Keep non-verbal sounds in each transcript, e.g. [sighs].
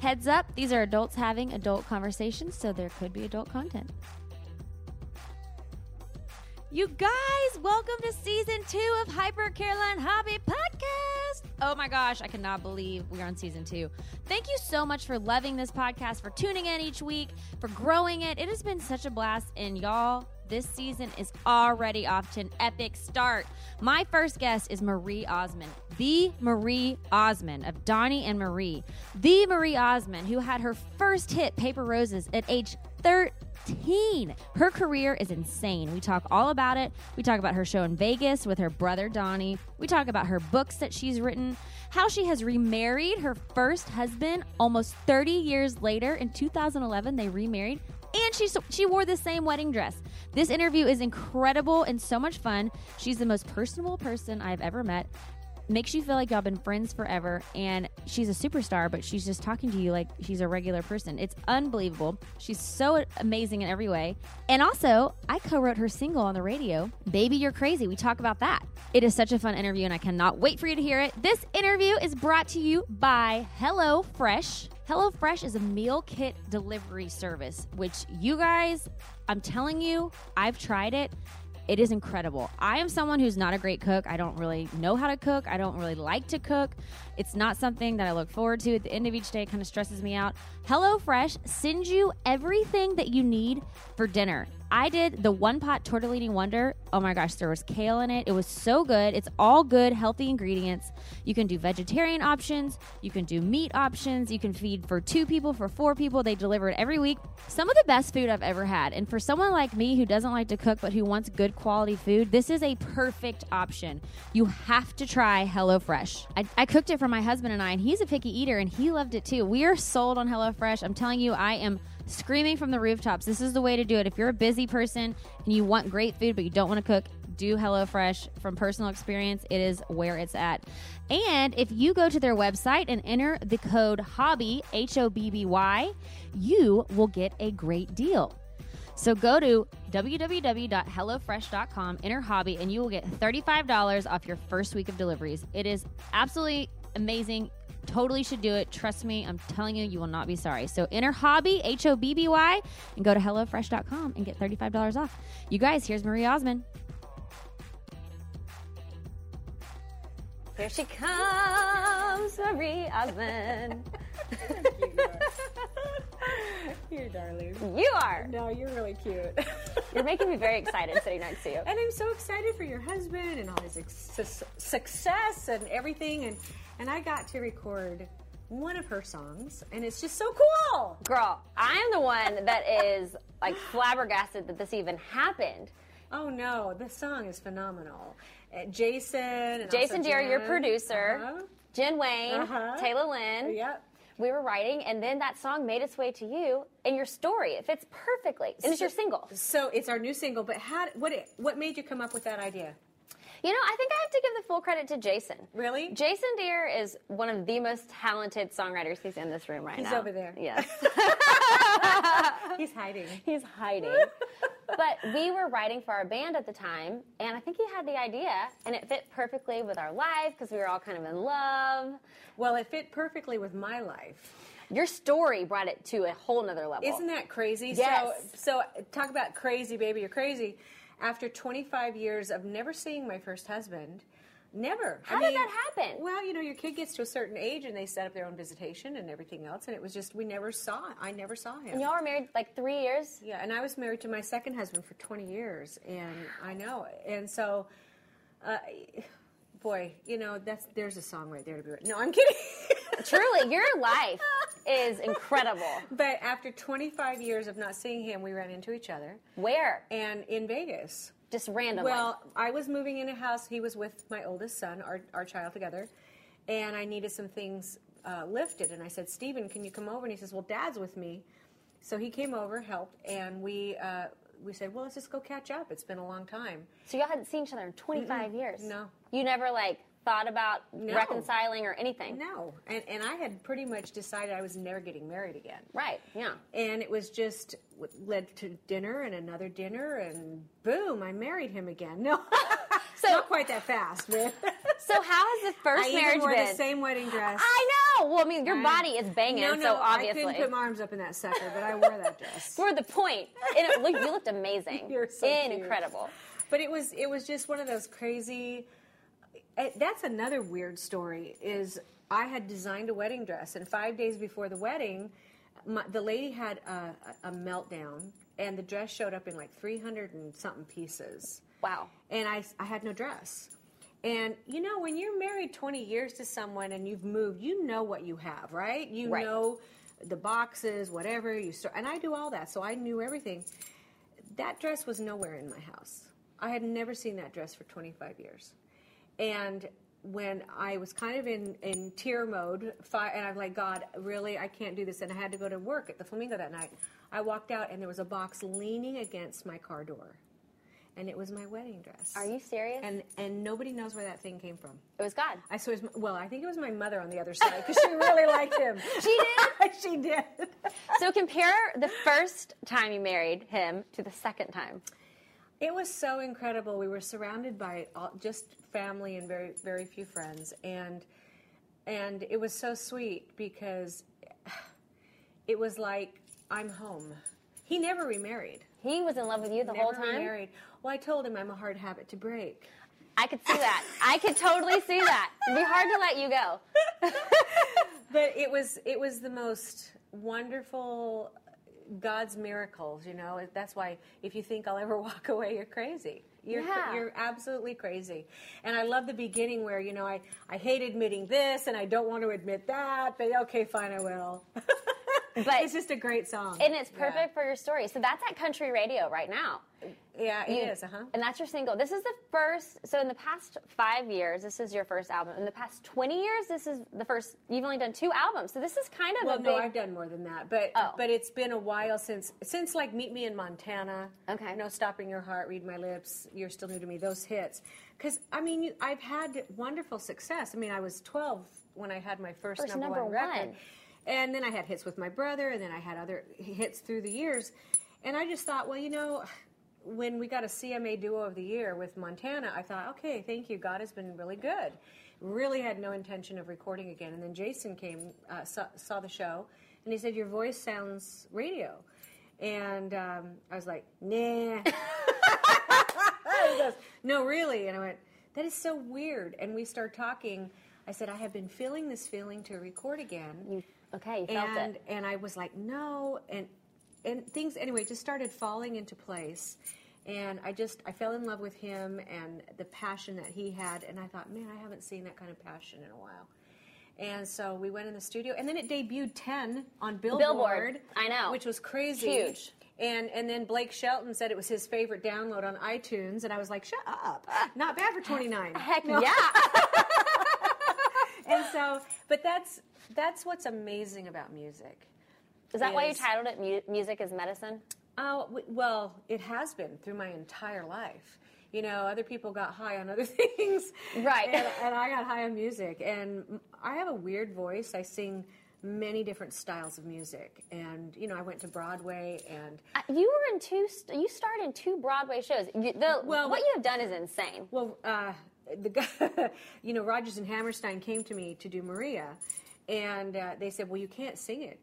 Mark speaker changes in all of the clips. Speaker 1: Heads up, these are adults having adult conversations, so there could be adult content. You guys, welcome to season two of Hyper Caroline Hobby Podcast. Oh my gosh, I cannot believe we're on season two. Thank you so much for loving this podcast, for tuning in each week, for growing it. It has been such a blast, and y'all, this season is already off to an epic start. My first guest is Marie Osmond, the Marie Osmond of Donnie and Marie, the Marie Osmond who had her first hit, Paper Roses, at age 13. Her career is insane. We talk all about it. We talk about her show in Vegas with her brother Donnie. We talk about her books that she's written, how she has remarried her first husband almost 30 years later. In 2011, they remarried. And she she wore the same wedding dress. This interview is incredible and so much fun. She's the most personable person I've ever met. Makes you feel like y'all been friends forever, and she's a superstar, but she's just talking to you like she's a regular person. It's unbelievable. She's so amazing in every way. And also, I co wrote her single on the radio, Baby You're Crazy. We talk about that. It is such a fun interview, and I cannot wait for you to hear it. This interview is brought to you by Hello Fresh. HelloFresh is a meal kit delivery service, which you guys, I'm telling you, I've tried it. It is incredible. I am someone who's not a great cook. I don't really know how to cook. I don't really like to cook. It's not something that I look forward to at the end of each day. It kind of stresses me out. HelloFresh sends you everything that you need for dinner. I did the one pot tortellini wonder. Oh my gosh, there was kale in it. It was so good. It's all good, healthy ingredients. You can do vegetarian options, you can do meat options, you can feed for two people, for four people. They deliver it every week. Some of the best food I've ever had. And for someone like me who doesn't like to cook but who wants good quality food, this is a perfect option. You have to try HelloFresh. I, I cooked it for my husband and I, and he's a picky eater and he loved it too. We are sold on HelloFresh. I'm telling you, I am screaming from the rooftops. This is the way to do it. If you're a busy person and you want great food but you don't want to cook, do HelloFresh from personal experience. It is where it's at. And if you go to their website and enter the code HOBBY, H O B B Y, you will get a great deal. So go to www.hellofresh.com, enter hobby, and you will get $35 off your first week of deliveries. It is absolutely amazing. Totally should do it. Trust me, I'm telling you, you will not be sorry. So enter hobby, H O B B Y, and go to HelloFresh.com and get $35 off. You guys, here's Marie Osmond.
Speaker 2: Here she comes, Marie Osmond.
Speaker 3: You're darling.
Speaker 2: You are.
Speaker 3: No, you're really
Speaker 2: [laughs]
Speaker 3: cute. [laughs]
Speaker 2: You're making me very excited sitting next to you.
Speaker 3: and I'm so excited for your husband and all his ex- success and everything. And and I got to record one of her songs, and it's just so cool.
Speaker 2: Girl, I'm the one that is like flabbergasted that this even happened.
Speaker 3: Oh no, this song is phenomenal. Uh, Jason. And
Speaker 2: Jason
Speaker 3: also
Speaker 2: Jerry, your
Speaker 3: Jen.
Speaker 2: producer,
Speaker 3: Uh-huh.
Speaker 2: Jen Wayne,
Speaker 3: Uh-huh.
Speaker 2: Taylor Lynn.
Speaker 3: Yep.
Speaker 2: We were writing, and then that song made its way to you and your story. It fits perfectly. And it's your single.
Speaker 3: So it's our new single. But how? What? It, what made you come up with that idea?
Speaker 2: You know, I think I have to give the full credit to Jason.
Speaker 3: Really?
Speaker 2: Jason Deere is one of the most talented songwriters. He's in this room right
Speaker 3: He's
Speaker 2: now.
Speaker 3: over there.
Speaker 2: Yes.
Speaker 3: He's hiding.
Speaker 2: He's hiding. but we were writing for our band at the time, and I think he had the idea, and it fit perfectly with our life because we were all kind of in love.
Speaker 3: Well, it fit perfectly with my life.
Speaker 2: Your story brought it to a whole nother level.
Speaker 3: Isn't that crazy?
Speaker 2: Yes.
Speaker 3: So, so talk about crazy, baby. You're crazy. After 25 years of never seeing my first husband, never.
Speaker 2: How did that happen?
Speaker 3: Well, you know, your kid gets to a certain age and they set up their own visitation and everything else, and it was just we never saw. I never saw him.
Speaker 2: Y'all were married like three years.
Speaker 3: Yeah, and I was married to my second husband for 20 years, and I know. And so, uh, boy, you know, that's there's a song right there to be written. No, I'm kidding. [laughs]
Speaker 2: Truly, your life is incredible.
Speaker 3: But after 25 years of not seeing him, we ran into each other,
Speaker 2: Where?
Speaker 3: and in Vegas.
Speaker 2: Just randomly.
Speaker 3: Well, I was moving in a house. He was with my oldest son, our, our child together. and I needed some things uh, lifted. And I said, Steven, can you come over? And he says, Well, Dad's with me. So he came over, helped, and we uh, we said, Well, let's just go catch up. It's been a long time.
Speaker 1: So y'all hadn't seen each other in 25 years.
Speaker 3: No.
Speaker 1: You never like thought about
Speaker 3: No.
Speaker 1: reconciling or anything.
Speaker 3: No, and and I had pretty much decided I was never getting married again.
Speaker 1: Right. Yeah.
Speaker 3: and it was just what led to dinner and another dinner and boom i married him again no [laughs] not quite that fast but
Speaker 1: [laughs] So how has the first
Speaker 3: i
Speaker 1: marriage
Speaker 3: even wore
Speaker 1: been?
Speaker 3: the same wedding dress
Speaker 1: I know. Well, I mean, your body is banging,
Speaker 3: no, no,
Speaker 1: so
Speaker 3: i
Speaker 1: obviously.
Speaker 3: couldn't put my arms up in that sucker but i wore
Speaker 1: [laughs]
Speaker 3: that dress
Speaker 1: For the point, and it looked, you looked amazing.
Speaker 3: [laughs] You're so cute.
Speaker 1: incredible.
Speaker 3: but it was it was just one of those crazy it, that's another weird story is i had designed a wedding dress and five days before the wedding my, the lady had a, a meltdown and the dress showed up in like 300 and something pieces
Speaker 1: Wow.
Speaker 3: and I, I had no dress. And you know, when you're married 20 years to someone and you've moved, you know what you have, right? You
Speaker 1: Right.
Speaker 3: know the boxes, whatever you start. And I do all that, so I knew everything. That dress was nowhere in my house. I had never seen that dress for 25 years. And when I was kind of in, in tear mode, fi- and I'm like, God, really, I can't do this. And I had to go to work at the Flamingo that night. I walked out, and there was a box leaning against my car door. And it was my wedding dress.
Speaker 1: Are you serious?
Speaker 3: And and nobody knows where that thing came from.
Speaker 1: it was God.
Speaker 3: I saw his, well, I think it was my mother on the other side because she really liked him.
Speaker 1: [laughs] She did?
Speaker 3: [laughs] she did.
Speaker 1: So compare the first time you married him to the second time.
Speaker 3: It was so incredible. We were surrounded by all, just family and very very few friends, and and it was so sweet because [sighs] it was like I'm home. He never remarried.
Speaker 1: He was in love with you the whole
Speaker 3: Never
Speaker 1: time.
Speaker 3: remarried. Well, I told him I'm a hard habit to break.
Speaker 1: I could see that. I could totally see that. It'd be hard to let you go.
Speaker 3: but it was it was the most wonderful God's miracles, you know. That's why if you think I'll ever [laughs] walk away, you're crazy. You're
Speaker 1: Yeah.
Speaker 3: you're absolutely crazy. And I love the beginning where you know I I hate admitting this and I don't want to admit that, but okay, fine, I will. [laughs]
Speaker 1: But-
Speaker 3: it's just a great song,
Speaker 1: And it's perfect for your story. So that's at country radio right now.
Speaker 3: Yeah, yeah it
Speaker 1: You-
Speaker 3: is. Uh huh.
Speaker 1: And that's your single. This is the first. So in the past five years, this is your first album. In the past twenty years, this is the first. You've only done two albums. So this is kind of
Speaker 3: Well,
Speaker 1: a
Speaker 3: no,
Speaker 1: big.
Speaker 3: I've done more than that, but
Speaker 1: Oh.
Speaker 3: but it's been a while since since like Meet Me in Montana.
Speaker 1: Okay.
Speaker 3: No stopping your heart, read my lips. You're still new to me. Those hits, because I mean, you, I've had wonderful success. I mean, I was 12 when I had my first,
Speaker 1: First
Speaker 3: number,
Speaker 1: number
Speaker 3: one record,
Speaker 1: one.
Speaker 3: and then I had hits with my brother, and then I had other hits through the years, and I just thought, well, you know. When we got a CMA Duo of the Year with Montana, I thought, okay, thank you. God has been really good. Really had no intention of recording again. And then Jason came, uh, saw, saw the show, and he said, Your voice sounds radio. And um, I was like, [laughs] Nah. he goes, No, really. And I went, That is so weird. And we start talking. I said, I have been feeling this feeling to record again
Speaker 1: okay, you felt
Speaker 3: and
Speaker 1: it.
Speaker 3: and I was like, no, and and things anyway just started falling into place, and I just I fell in love with him and the passion that he had, and I thought, man, I haven't seen that kind of passion in a while, and so we went in the studio, and then it debuted ten on Billboard,
Speaker 1: Billboard, I know.
Speaker 3: which was crazy,
Speaker 1: Huge.
Speaker 3: And, and then Blake Shelton said it was his favorite download on iTunes, and I was like, shut up. Not bad for
Speaker 1: [laughs]
Speaker 3: 29.
Speaker 1: Heck yeah.
Speaker 3: And so, but that's that's what's amazing about music.
Speaker 1: Is that why you
Speaker 3: [laughs] Is-
Speaker 1: titled it Mu- "Music Is Medicine"?
Speaker 3: Oh, w- well, it has been through my entire life. You know, other people got high on other [laughs] things.
Speaker 1: Right.
Speaker 3: And, and I got high on music. And m- I have a weird voice. I sing many different styles of music. And, you know, I went to Broadway and.
Speaker 1: I- You were in two. St- you starred in two Broadway shows. You, the,
Speaker 3: Well,
Speaker 1: what you have done is insane.
Speaker 3: Well, uh, the guy, [laughs] you know, Rogers and Hammerstein came to me to do Maria, and uh, they said, "Well, you can't sing it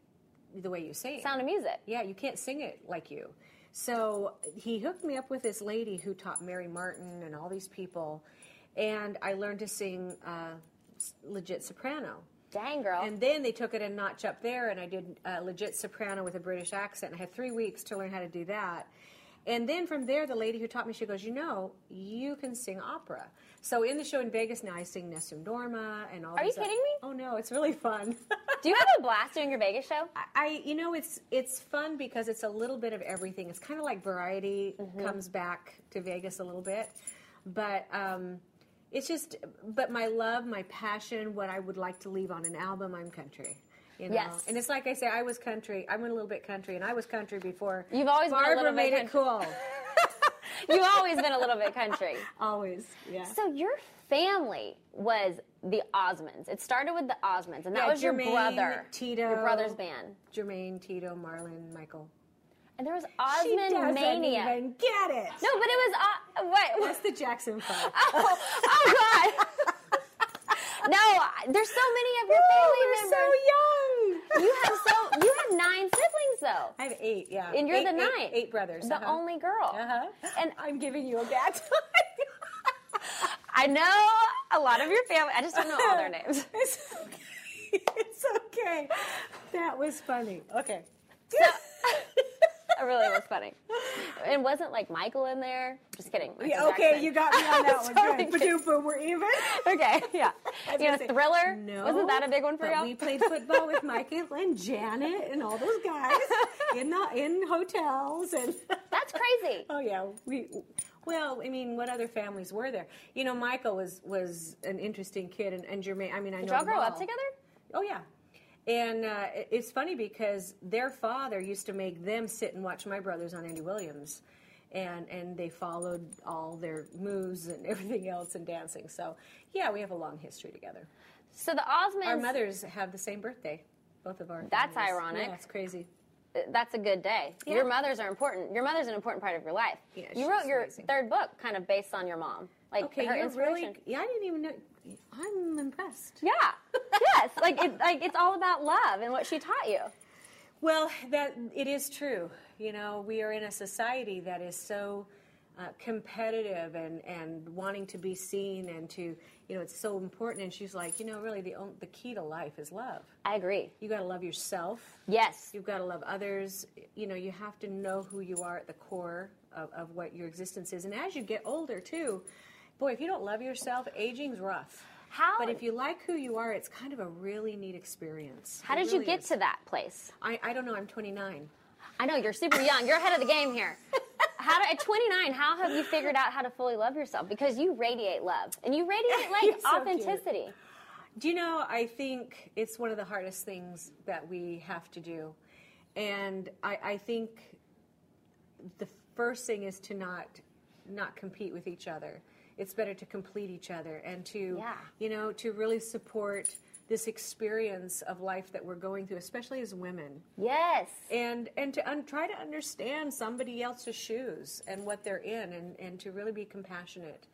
Speaker 3: the way you sing." it."
Speaker 1: Sound of Music.
Speaker 3: Yeah, you can't sing it like you. So he hooked me up with this lady who taught Mary Martin and all these people, and I learned to sing uh, s- legit soprano.
Speaker 1: Dang girl.
Speaker 3: And then they took it a notch up there, and I did uh, legit soprano with a British accent. I had three weeks to learn how to do that. And then from there, the lady who taught me, she goes, You know, you can sing opera. So in the show in Vegas now, I sing Nessun Dorma and all
Speaker 1: Are you
Speaker 3: these oth-
Speaker 1: kidding me?
Speaker 3: Oh, no, it's really fun. [laughs]
Speaker 1: Do you have a blast doing your Vegas show?
Speaker 3: I, you know, it's it's fun because it's a little bit of everything. It's
Speaker 1: Mm-hmm.
Speaker 3: kind of like variety comes back to Vegas a little bit, but um, it's just, but my love, my passion, what I would like to leave on an album, I'm country. You know?
Speaker 1: Yes.
Speaker 3: And it's like I say, I was country. I went a little bit country, and I was country before.
Speaker 1: You've always been a
Speaker 3: Barbara
Speaker 1: little bit
Speaker 3: made it
Speaker 1: [laughs]
Speaker 3: cool.
Speaker 1: You've always been a little bit
Speaker 3: [laughs]
Speaker 1: country.
Speaker 3: always, yeah.
Speaker 1: So your family was the Osmonds. It started with the Osmonds, and that
Speaker 3: Yeah,
Speaker 1: was your
Speaker 3: Jermaine,
Speaker 1: brother,
Speaker 3: Tito.
Speaker 1: your brother's band.
Speaker 3: Jermaine, Tito, Marlon, Michael.
Speaker 1: And there was
Speaker 3: she doesn't
Speaker 1: Osmond mania.
Speaker 3: even get it.
Speaker 1: No, but it was uh, what?
Speaker 3: That's the
Speaker 1: [laughs]
Speaker 3: Jackson [laughs] Five.
Speaker 1: oh, oh God! [laughs] no, I- there's so many of your family
Speaker 3: Woo,
Speaker 1: members.
Speaker 3: we're so young.
Speaker 1: You have so you have nine siblings though.
Speaker 3: I have eight, yeah.
Speaker 1: And you're
Speaker 3: Eight-
Speaker 1: the
Speaker 3: eight-
Speaker 1: ninth.
Speaker 3: Eight, brothers.
Speaker 1: The
Speaker 3: uh-huh.
Speaker 1: only girl.
Speaker 3: Uh-huh. [laughs]
Speaker 1: And
Speaker 3: I'm giving you
Speaker 1: [laughs]
Speaker 3: a bad time.
Speaker 1: I know a lot of your family. I just don't know all their
Speaker 3: [laughs]
Speaker 1: names.
Speaker 3: It's okay. It's okay. That was funny. Okay.
Speaker 1: [laughs] It really was funny. And wasn't like Michael in there? Just kidding.
Speaker 3: Yeah,
Speaker 1: Michael
Speaker 3: okay,
Speaker 1: Jackson.
Speaker 3: you got me on that one.
Speaker 1: Sorry.
Speaker 3: Good. Ba-doom, boom, we're even.
Speaker 1: [laughs] Okay,
Speaker 3: [laughs]
Speaker 1: yeah. You
Speaker 3: gonna
Speaker 1: had
Speaker 3: say,
Speaker 1: a thriller? [laughs]
Speaker 3: No.
Speaker 1: Wasn't that a big one for
Speaker 3: but
Speaker 1: y'all?
Speaker 3: We played football with Michael and Janet and all those guys in the in hotels and
Speaker 1: [laughs] That's
Speaker 3: [laughs]
Speaker 1: crazy.
Speaker 3: Oh yeah, we. Well, I mean, what other families were there? You know, Michael was was an interesting kid, and, and Jermaine. I mean, I
Speaker 1: Did
Speaker 3: know.
Speaker 1: y'all
Speaker 3: them
Speaker 1: grow up
Speaker 3: all.
Speaker 1: together?
Speaker 3: Oh yeah, and uh, it- it's funny because their father used to make them sit and watch my brothers on Andy Williams, and and they followed all their moves and [laughs] everything else and dancing. So yeah, we have a long history together.
Speaker 1: So the Osmonds.
Speaker 3: Our mothers have the same birthday, both of our.
Speaker 1: That's
Speaker 3: families.
Speaker 1: ironic.
Speaker 3: Yeah, it's crazy.
Speaker 1: That's a good day.
Speaker 3: Yeah.
Speaker 1: Your mothers are important. Your mother's an important part of your life.
Speaker 3: Yeah, she's
Speaker 1: you wrote your
Speaker 3: amazing.
Speaker 1: third book kind of based on your mom, like
Speaker 3: Okay,
Speaker 1: her
Speaker 3: you're
Speaker 1: inspiration.
Speaker 3: really. Yeah, I didn't even know. I'm impressed.
Speaker 1: Yeah.
Speaker 3: [laughs]
Speaker 1: yes. Like it, like it's all about love and what she taught you.
Speaker 3: Well, that it is true. You know, we are in a society that is so uh, competitive and and wanting to be seen and to you know it's so important. And she's like, you know, really the on- the key to life is love.
Speaker 1: I agree.
Speaker 3: You got to love yourself.
Speaker 1: Yes.
Speaker 3: You've got to love others. You know, you have to know who you are at the core of, of what your existence is. And as you get older, too, boy, if you don't love yourself, aging's rough.
Speaker 1: How-
Speaker 3: But if you like who you are, it's kind of a really neat experience.
Speaker 1: How
Speaker 3: It
Speaker 1: did you
Speaker 3: really
Speaker 1: get
Speaker 3: is.
Speaker 1: to that place?
Speaker 3: I, I don't know. I'm 29.
Speaker 1: I know you're super young. You're ahead of the game
Speaker 3: [laughs]
Speaker 1: here. How do, at 29, how have you figured out how to fully love yourself? Because you radiate love and you
Speaker 3: [laughs]
Speaker 1: radiate
Speaker 3: You're
Speaker 1: like
Speaker 3: so cute.
Speaker 1: authenticity.
Speaker 3: Do you know, I think it's one of the hardest things that we have to do. And I, I think the first thing is to not not compete with each other. It's better to complete each other and to
Speaker 1: Yeah.
Speaker 3: you know, to really support this experience of life that we're going through, especially as women.
Speaker 1: Yes.
Speaker 3: And and to un- try to understand somebody else's shoes and what they're in and, and to really be compassionate.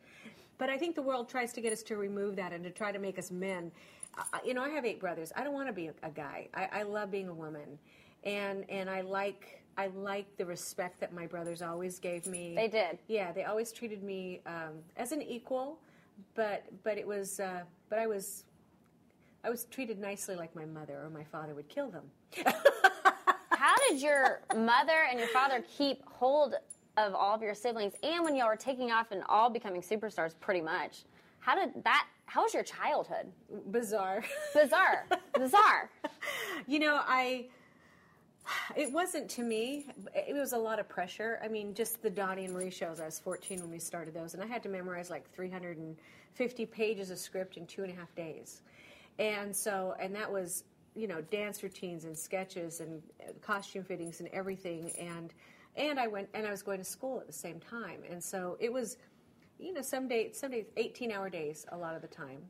Speaker 3: But I think the world tries to get us to remove that and to try to make us men. I, I- you know, I have eight brothers. I don't want to be a, a guy. I, I love being a woman, and and I like I like the respect that my brothers always gave me.
Speaker 1: They did.
Speaker 3: Yeah, they always treated me um, as an equal, but but it was uh, but I was I was treated nicely like my mother or my father would kill them.
Speaker 1: How did your mother and your father keep hold of all of your siblings and when y'all were taking off and all becoming superstars pretty much? How did that how was your childhood? [laughs]
Speaker 3: Bizarre.
Speaker 1: Bizarre.
Speaker 3: [laughs]
Speaker 1: Bizarre.
Speaker 3: you know i it wasn't to me it was a lot of pressure i mean just the donnie and marie shows i was 14 when we started those and i had to memorize like 350 pages of script in two and a half days and so and that was you know dance routines and sketches and uh, costume fittings and everything and and i went and i was going to school at the same time and so it was you know some days some days 18 hour days a lot of the time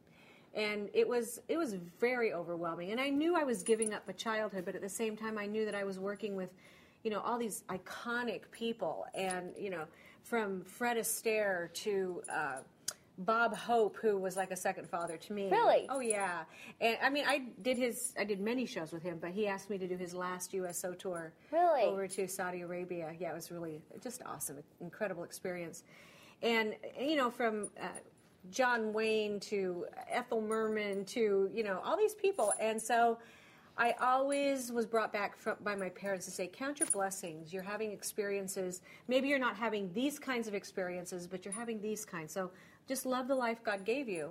Speaker 3: and it was it was very overwhelming and i knew i was giving up a childhood but at the same time i knew that i was working with you know all these iconic people and you know from fred astaire to uh, bob hope who was like a second father to me
Speaker 1: Really?
Speaker 3: oh yeah and i mean i did his i did many shows with him but he asked me to do his last uso tour
Speaker 1: Really?
Speaker 3: over to Saudi Arabia. Yeah, it was really just awesome, incredible experience. And you know, from uh, John Wayne to Ethel Merman to you know all these people, and so I always was brought back from, by my parents to say, count your blessings. You're having experiences. Maybe you're not having these kinds of experiences, but you're having these kinds. So just love the life God gave you,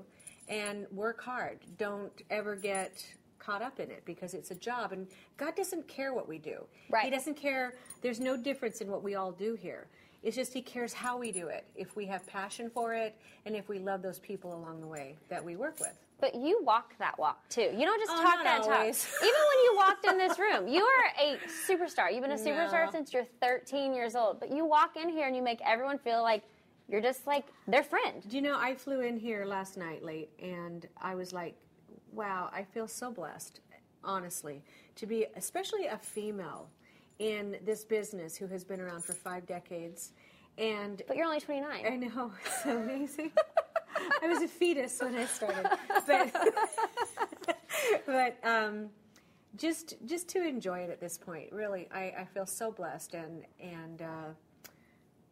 Speaker 3: and work hard. Don't ever get caught up in it because it's a job and God doesn't care what we do.
Speaker 1: Right.
Speaker 3: He doesn't care. There's no difference in what we all do here. It's just He cares how we do it, if we have passion for it, and if we love those people along the way that we work with.
Speaker 1: But you walk that walk too. You don't just
Speaker 3: Oh,
Speaker 1: talk
Speaker 3: not
Speaker 1: that
Speaker 3: always.
Speaker 1: talk. [laughs] Even when you walked in this
Speaker 3: [laughs]
Speaker 1: room, you are a superstar. You've been a superstar
Speaker 3: No.
Speaker 1: since you're 13 years old. But you walk in here and you make everyone feel like you're just like their friend.
Speaker 3: Do you know, I flew in here last night late and I was like, wow, I feel so blessed, honestly, to be especially a female in this business who has been around for five decades. And
Speaker 1: But you're only 29.
Speaker 3: I know, [laughs] it's so amazing. I was a fetus when I started. But, but [laughs] um, just just to enjoy it at this point, really, I, I feel so blessed and, and uh,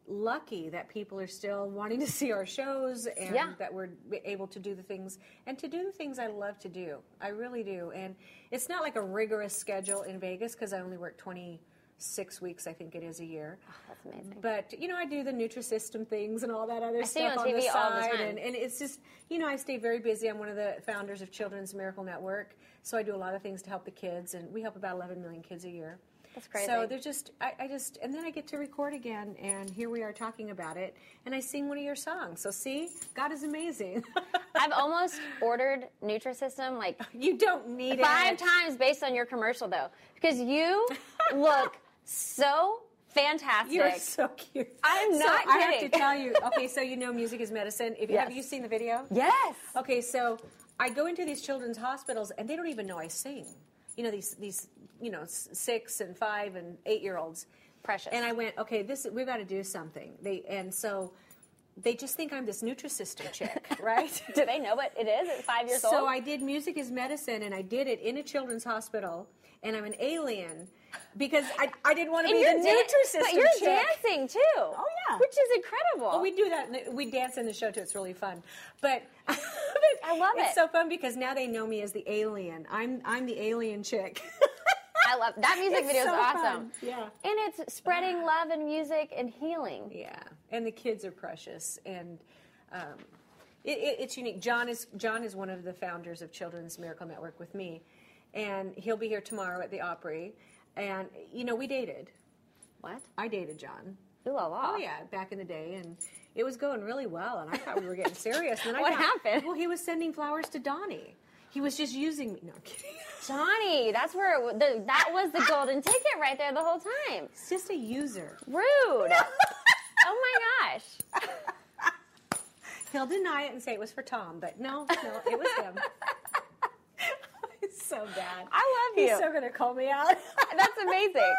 Speaker 3: lucky that people are still wanting to see our shows and
Speaker 1: Yeah.
Speaker 3: that we're able to do the things and to do the things I love to do. I really do. And it's not like a rigorous schedule in Vegas because I only work 26 weeks, I think it is, a year.
Speaker 1: That's amazing.
Speaker 3: But you know, I do the Nutrisystem things and all that other
Speaker 1: see you
Speaker 3: stuff
Speaker 1: on
Speaker 3: the
Speaker 1: TV all the
Speaker 3: side,
Speaker 1: time.
Speaker 3: and, and it's just you know, I stay very busy. I'm one of the founders of Children's Miracle Network, so I do a lot of things to help the kids, and we help about 11 million kids a year.
Speaker 1: That's crazy.
Speaker 3: So they're just, I, I just, and then I get to record again, and here we are talking about it, and I sing one of your songs. So see, God is amazing.
Speaker 1: [laughs] I've almost ordered Nutrisystem like
Speaker 3: you don't need
Speaker 1: five
Speaker 3: it.
Speaker 1: times based on your commercial though, because
Speaker 3: [laughs]
Speaker 1: you look so fantastic.
Speaker 3: You're so cute.
Speaker 1: I'm
Speaker 3: So
Speaker 1: not
Speaker 3: I have to
Speaker 1: kidding.
Speaker 3: tell
Speaker 1: [laughs]
Speaker 3: you. Okay, so you know, music is medicine. If
Speaker 1: Yes.
Speaker 3: have you seen the video?
Speaker 1: yes.
Speaker 3: Okay, so I go into these children's hospitals and they don't even know I sing. You know these these you know s- six and five and eight year olds.
Speaker 1: Precious.
Speaker 3: And I went, okay, this we've got to do something. They and so they just think I'm this
Speaker 1: [laughs]
Speaker 3: Nutrisystem chick, right?
Speaker 1: Do they know what it is at five years old?
Speaker 3: So I did music is medicine, and I did it in a children's hospital, and I'm an alien because I, I didn't want to
Speaker 1: And
Speaker 3: be
Speaker 1: you're
Speaker 3: the
Speaker 1: dan-
Speaker 3: Nutrisystem
Speaker 1: But you're
Speaker 3: chick.
Speaker 1: dancing too. Oh
Speaker 3: yeah.
Speaker 1: which is incredible.
Speaker 3: Oh, we do that. We dance in the show too. It's really fun. But, but
Speaker 1: [laughs] I love
Speaker 3: it's
Speaker 1: it.
Speaker 3: so fun because now they know me as the alien. I'm I'm the alien chick. [laughs]
Speaker 1: I love that music
Speaker 3: It's
Speaker 1: video is
Speaker 3: so
Speaker 1: awesome.
Speaker 3: fun. Yeah.
Speaker 1: and it's spreading love and music and healing.
Speaker 3: yeah, and the kids are precious, and um, it, it, it's unique. John is John is one of the founders of Children's Miracle Network with me, and he'll be here tomorrow at the Opry. And you know, we dated.
Speaker 1: What?
Speaker 3: I dated John.
Speaker 1: Ooh la la.
Speaker 3: Oh yeah, back in the day, and it was going really well, and I thought we were [laughs] getting serious. And then I
Speaker 1: What
Speaker 3: found-
Speaker 1: happened?
Speaker 3: Well, he was sending flowers to Donnie. He was just using me. No, I'm kidding.
Speaker 1: Johnny, that's where it, w- the, that was
Speaker 3: [laughs]
Speaker 1: the golden ticket right there the whole time.
Speaker 3: It's just a [laughs] user.
Speaker 1: Rude. oh my gosh.
Speaker 3: He'll deny it and say it was for Tom, but no, no, it was [laughs] him. it's so bad.
Speaker 1: I love
Speaker 3: He's
Speaker 1: you.
Speaker 3: so gonna call me [laughs] out.
Speaker 1: That's
Speaker 3: [laughs]
Speaker 1: amazing.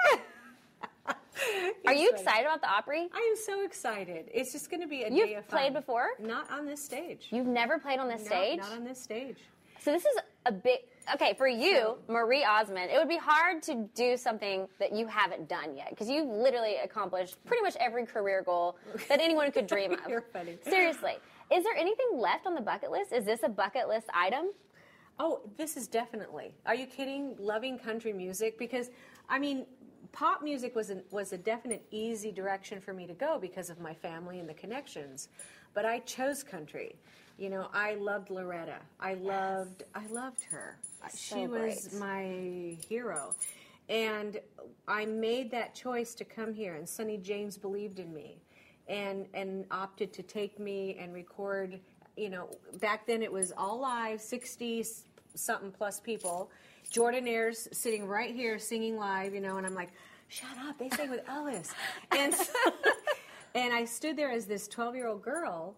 Speaker 1: Are you excited about the Opry?
Speaker 3: I am so excited. It's just gonna be a
Speaker 1: You've
Speaker 3: day of fun.
Speaker 1: played before?
Speaker 3: Not on this stage.
Speaker 1: You've never played on this
Speaker 3: No,
Speaker 1: stage?
Speaker 3: Not on this stage.
Speaker 1: So this is a big okay for you, Marie Osmond. It would be hard to do something that you haven't done yet because you've literally accomplished pretty much every career goal that anyone could
Speaker 3: [laughs]
Speaker 1: dream of.
Speaker 3: You're funny.
Speaker 1: Seriously, is there anything left on the bucket list? Is this a bucket list item?
Speaker 3: Oh, this is definitely. Are you kidding? Loving country music because, I mean, pop music was an, was a definite easy direction for me to go because of my family and the connections, but I chose country. You know, I loved Loretta. I loved I loved her. she was
Speaker 1: great.
Speaker 3: my hero, and I made that choice to come here. And Sonny James believed in me, and and opted to take me and record you know, back then it was all live, 60 s- something plus people. Jordan Ayers sitting right here singing live, you know, and I'm like, shut up, they sang with Ellis. And, so- and I stood there as this 12 year old girl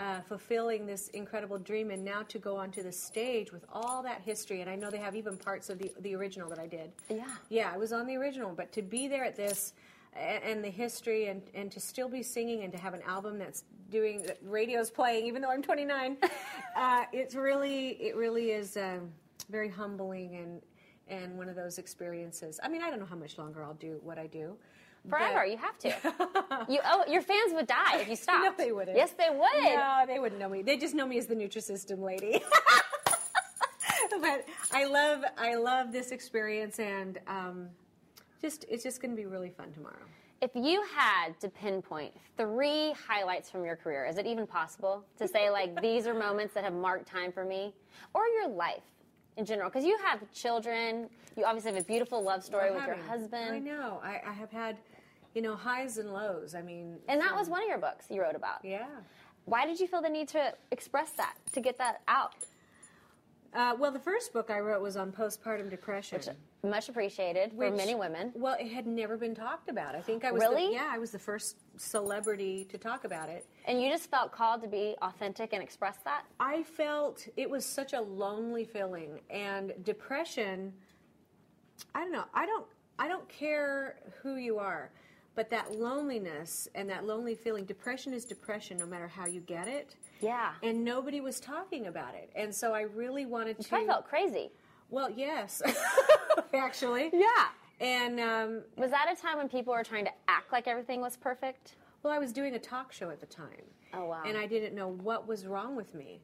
Speaker 3: uh, fulfilling this incredible dream, and now to go onto the stage with all that history. And I know they have even parts of the, the original that I did.
Speaker 1: Yeah.
Speaker 3: Yeah, I was on the original, but to be there at this a- and the history and, and to still be singing and to have an album that's doing that radio's playing even though i'm 29 uh, it's really it really is um, very humbling and and one of those experiences i mean i don't know how much longer i'll do what i do
Speaker 1: Forever,
Speaker 3: but-
Speaker 1: you have to.
Speaker 3: [laughs]
Speaker 1: you oh, your fans would die if you
Speaker 3: no
Speaker 1: stopped.
Speaker 3: they wouldn't
Speaker 1: Yes, they would.
Speaker 3: no they wouldn't know me they just know me as the nutrisystem lady [laughs] but i love i love this experience and um, just it's just going to be really fun tomorrow
Speaker 1: If you had to pinpoint three highlights from your career, is it even possible to say, like, these are moments that have marked time for me or your life in general? Because you have children, you obviously have a beautiful love story
Speaker 3: I
Speaker 1: with your
Speaker 3: haven't.
Speaker 1: husband.
Speaker 3: I know. I, I have had you know, highs and lows. I mean,
Speaker 1: And that was one of your books you wrote about.
Speaker 3: yeah.
Speaker 1: Why did you feel the need to express that, to get that out?
Speaker 3: Uh, well, the first book I wrote was on postpartum depression.
Speaker 1: Much appreciated uh, for
Speaker 3: which-
Speaker 1: many women.
Speaker 3: Well, it had never been talked about. I think I was
Speaker 1: Really?
Speaker 3: The, yeah, I was the first celebrity to talk about it.
Speaker 1: And you just felt called to be authentic and express that?
Speaker 3: I felt it was such a lonely feeling and depression. I don't know. I don't. I don't care who you are, but that loneliness and that lonely feeling. Depression is depression, no matter how you get it.
Speaker 1: Yeah.
Speaker 3: And nobody was talking about it, and so I really wanted to.
Speaker 1: I felt crazy.
Speaker 3: Well,
Speaker 1: [laughs]
Speaker 3: yes, actually.
Speaker 1: Yeah.
Speaker 3: And um,
Speaker 1: Was that a time when people were trying to act like everything was perfect?
Speaker 3: Well, I was doing a talk show at the time.
Speaker 1: Oh, wow.
Speaker 3: And I didn't know what was wrong with me.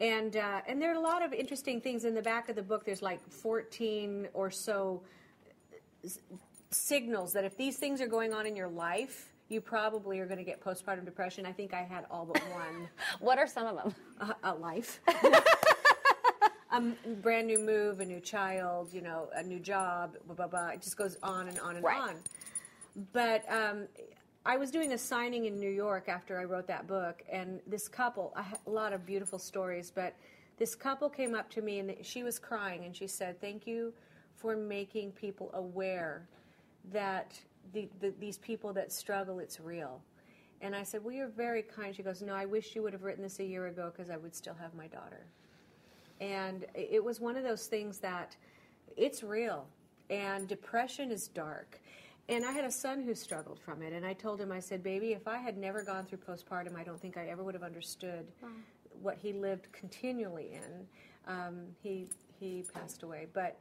Speaker 3: And uh, and there are a lot of interesting things in the back of the book. There's like 14 or so s- signals that if these things are going on in your life, you probably are going to get postpartum depression. I think I had all but
Speaker 1: [laughs]
Speaker 3: one
Speaker 1: What are some of them?
Speaker 3: a, a life. a brand new move, a new child, you know, a new job, blah blah blah. It just goes on and on and
Speaker 1: Right.
Speaker 3: on. But um, I was doing a signing in New York after I wrote that book, and this couple, I had a lot of beautiful stories, but this couple came up to me and she was crying and she said, "Thank you for making people aware that the, the, these people that struggle, it's real." And I said, "Well, you're very kind." She goes, "No, I wish you would have written this a year ago because I would still have my daughter." and it was one of those things that it's real and depression is dark and i had a son who struggled from it and i told him i said baby if i had never gone through postpartum i don't think i ever would have understood what he lived continually in um, he he passed away but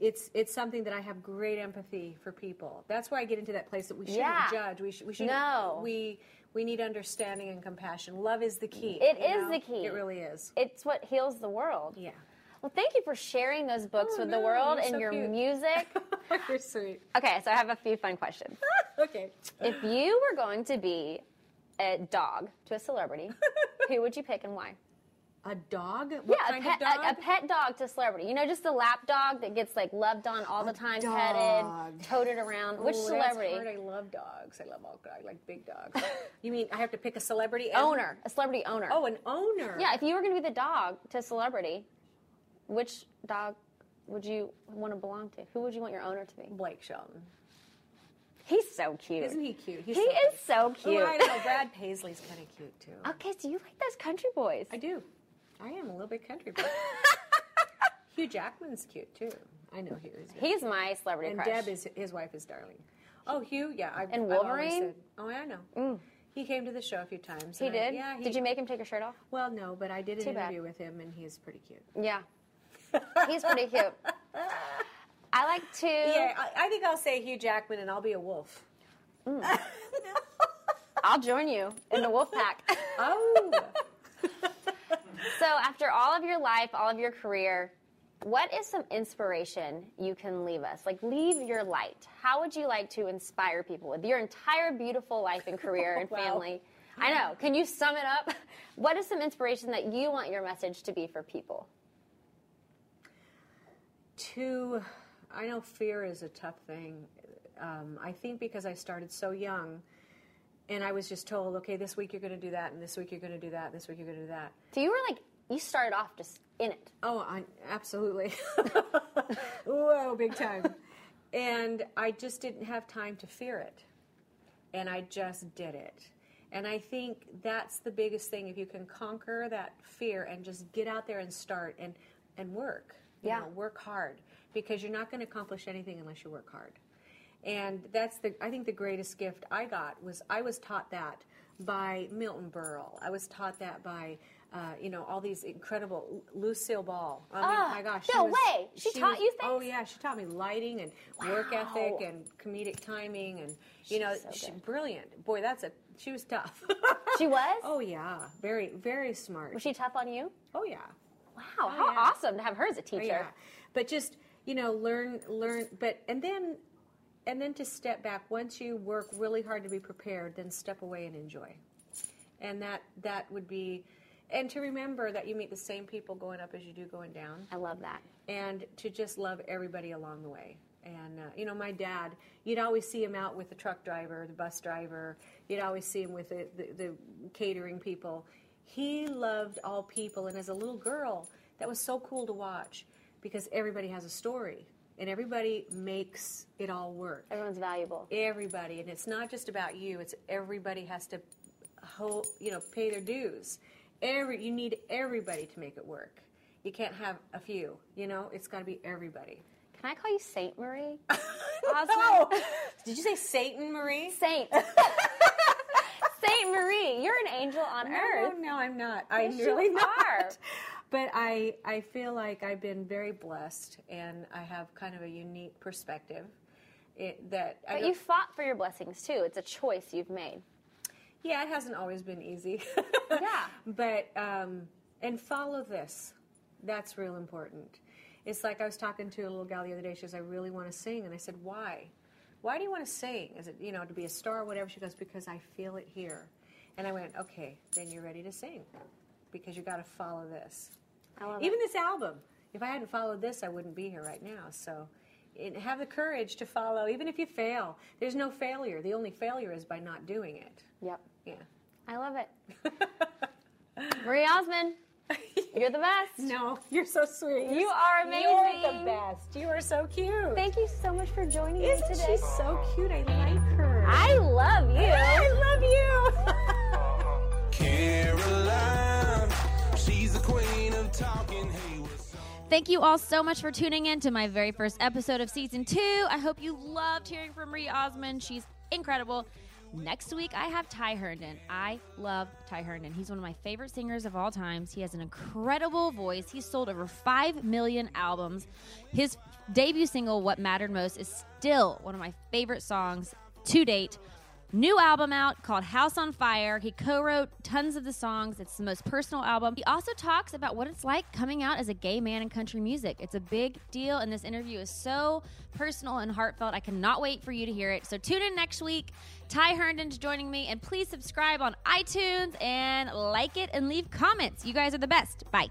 Speaker 3: it's it's something that i have great empathy for people that's why i get into that place that we shouldn't
Speaker 1: Yeah.
Speaker 3: judge we, should we shouldn't
Speaker 1: No.
Speaker 3: we we need understanding and compassion love is the key
Speaker 1: It
Speaker 3: you
Speaker 1: is the key.
Speaker 3: it really is
Speaker 1: It's what heals the world.
Speaker 3: yeah [laughs]
Speaker 1: Well, thank you for sharing those books
Speaker 3: Oh,
Speaker 1: with the
Speaker 3: no,
Speaker 1: world
Speaker 3: you're
Speaker 1: and
Speaker 3: so
Speaker 1: your
Speaker 3: cute. [laughs]
Speaker 1: music.
Speaker 3: You're sweet. [laughs]
Speaker 1: okay, so I have a few fun questions.
Speaker 3: Okay.
Speaker 1: if you were going to be a dog to a
Speaker 3: [laughs]
Speaker 1: celebrity, who would you pick and why?
Speaker 3: A dog? What
Speaker 1: Yeah, a
Speaker 3: kind
Speaker 1: pet,
Speaker 3: of dog?
Speaker 1: A, a pet dog to celebrity. You know, just the lap dog that gets like loved on all the time,
Speaker 3: dog.
Speaker 1: petted, toted around. Which
Speaker 3: Ooh, that's hard.
Speaker 1: celebrity
Speaker 3: I love dogs. I love all dogs. I like big dogs. [laughs] you mean I have to pick a celebrity and-
Speaker 1: owner? A celebrity owner.
Speaker 3: Oh, an owner.
Speaker 1: yeah. If you were going to be the dog to celebrity, which dog would you want to belong to? Who would you want your owner to be?
Speaker 3: Blake Shelton.
Speaker 1: He's so cute.
Speaker 3: Isn't he cute? He's
Speaker 1: He
Speaker 3: so
Speaker 1: is so
Speaker 3: Ooh,
Speaker 1: cute.
Speaker 3: I know. Brad Paisley's kind of cute too.
Speaker 1: [laughs] okay, so you like those country boys?
Speaker 3: I do. I am a little bit country. Boy. Hugh Jackman's cute too. I know Hugh is.
Speaker 1: [laughs] He's my celebrity
Speaker 3: and
Speaker 1: crush.
Speaker 3: Deb is his wife is darling. Oh, Hugh, yeah. I,
Speaker 1: And
Speaker 3: I've always
Speaker 1: Wolverine? Mm.
Speaker 3: said- oh, yeah, I know. He came to the show a few times.
Speaker 1: he
Speaker 3: and I-
Speaker 1: did.
Speaker 3: yeah. He,
Speaker 1: Did you make him take his shirt off?
Speaker 3: Well, no, but I did an
Speaker 1: Too bad.
Speaker 3: interview with him, and he's pretty cute.
Speaker 1: Yeah. [laughs] He's pretty cute. I like to.
Speaker 3: [laughs] Yeah, I, I think I'll say Hugh Jackman, and I'll be a wolf.
Speaker 1: Mm.
Speaker 3: [laughs]
Speaker 1: I'll join you in the wolf pack.
Speaker 3: [laughs] Oh,
Speaker 1: [laughs] so, after all of your life, all of your career, what is some inspiration you can leave us? Like, leave your light. How would you like to inspire people with your entire beautiful life and
Speaker 3: [laughs]
Speaker 1: career and
Speaker 3: Wow.
Speaker 1: family? I know. Can you sum it up? [laughs] What is some inspiration that you want your message to be for people?
Speaker 3: two. I know fear is a tough thing. Um, I think because I started so young, and I was just told, okay, this week you're going to do that, and this week you're going to do that, and this week you're going to do that.
Speaker 1: So, you were like, you started off just in it.
Speaker 3: Oh, I, absolutely. [laughs] Whoa, big time. and I just didn't have time to fear it. And I just did it. And I think that's the biggest thing. If you can conquer that fear and just get out there and start and, and work, you
Speaker 1: Yeah.
Speaker 3: know, work hard because you're not going to accomplish anything unless you work hard. And that's the, I think the greatest gift I got was I was taught that by Milton Berle. I was taught that by, uh, you know, all these incredible Lucille Ball. I mean,
Speaker 1: Ah,
Speaker 3: my gosh.
Speaker 1: no way. She taught you
Speaker 3: Oh,
Speaker 1: things?
Speaker 3: yeah. She taught me lighting and work
Speaker 1: Wow.
Speaker 3: ethic and comedic timing. And, you know,
Speaker 1: so
Speaker 3: she,
Speaker 1: good.
Speaker 3: brilliant. Boy, that's a, she was tough.
Speaker 1: [laughs] She was?
Speaker 3: oh, yeah. Very, very smart.
Speaker 1: Was she tough on you?
Speaker 3: oh, yeah.
Speaker 1: Wow, how
Speaker 3: yeah.
Speaker 1: awesome to have her as a
Speaker 3: Oh,
Speaker 1: teacher.
Speaker 3: yeah. But just, you know, learn, learn, but, and then, and then to step back, once you work really hard to be prepared, then step away and enjoy. And that, that would be, and to remember that you meet the same people going up as you do going down
Speaker 4: I love that.
Speaker 3: and to just love everybody along the way. And uh, you know, my dad, you'd always see him out with the truck driver, the bus driver. You'd always see him with the, the, the catering people. He loved all people, and as a little girl, that was so cool to watch because everybody has a story and everybody makes it all work.
Speaker 4: Everyone's valuable.
Speaker 3: Everybody, and it's not just about you. It's everybody has to, ho- you know, pay their dues. Every you need everybody to make it work. You can't have a few. You know, it's got to be everybody.
Speaker 4: Can I call you Saint Marie?
Speaker 3: [laughs] Oh, [laughs] did you say Satan, Marie?
Speaker 1: [laughs]
Speaker 3: [laughs]
Speaker 4: Saint. Saint Marie, you're an angel on
Speaker 3: No,
Speaker 4: earth.
Speaker 3: no, I'm not. I
Speaker 4: Yes, you
Speaker 3: really not.
Speaker 4: are.
Speaker 3: But I, I feel like I've been very blessed, and I have kind of a unique perspective. It, that I
Speaker 4: But
Speaker 3: don't-
Speaker 4: you fought for your blessings too. It's a choice you've made.
Speaker 3: Yeah, it hasn't always been easy.
Speaker 4: [laughs] Yeah.
Speaker 3: [laughs] But, um, and follow this. That's real important. It's like I was talking to a little gal the other day. She goes, I really want to sing. And I said, Why? Why do you want to sing? Is it, you know, to be a star or whatever? She goes, Because I feel it here. And I went, Okay, then you're ready to sing because you got to follow this.
Speaker 4: I love
Speaker 3: Even this album. If I hadn't followed this, I wouldn't be here right now. So it, have the courage to follow, even if you fail. There's no failure. The only failure is by not doing it.
Speaker 4: it. Yep.
Speaker 3: Yeah. [laughs]
Speaker 4: I love it. Marie Osmond, you're the best.
Speaker 3: No, you're so sweet.
Speaker 4: You are
Speaker 3: You're the
Speaker 4: amazing.
Speaker 3: best. You are so cute.
Speaker 4: Thank you so much for joining
Speaker 3: Isn't
Speaker 4: me
Speaker 3: she
Speaker 4: today.
Speaker 3: so cute? I like her.
Speaker 4: I love you.
Speaker 3: I love you.
Speaker 5: Caroline, she's the queen of talking. Hey, what's up?
Speaker 1: Thank you all so much for tuning in to my very first episode of season two. I hope you loved hearing from Marie Osmond. She's incredible. Next week, I have Ty Herndon. I love Ty Herndon. He's one of my favorite singers of all times. He has an incredible voice. He's sold over 5 million albums. His debut single, What Mattered Most, is still one of my favorite songs to date. New album out called House on Fire. He co wrote tons of the songs. It's the most personal album. He also talks about what it's like coming out as a gay man in country music. It's a big deal, and this interview is so personal and heartfelt. I cannot wait for you to hear it. So tune in next week. Ty Herndon's joining me, and please subscribe on iTunes and like it and leave comments. You guys are the best. Bye.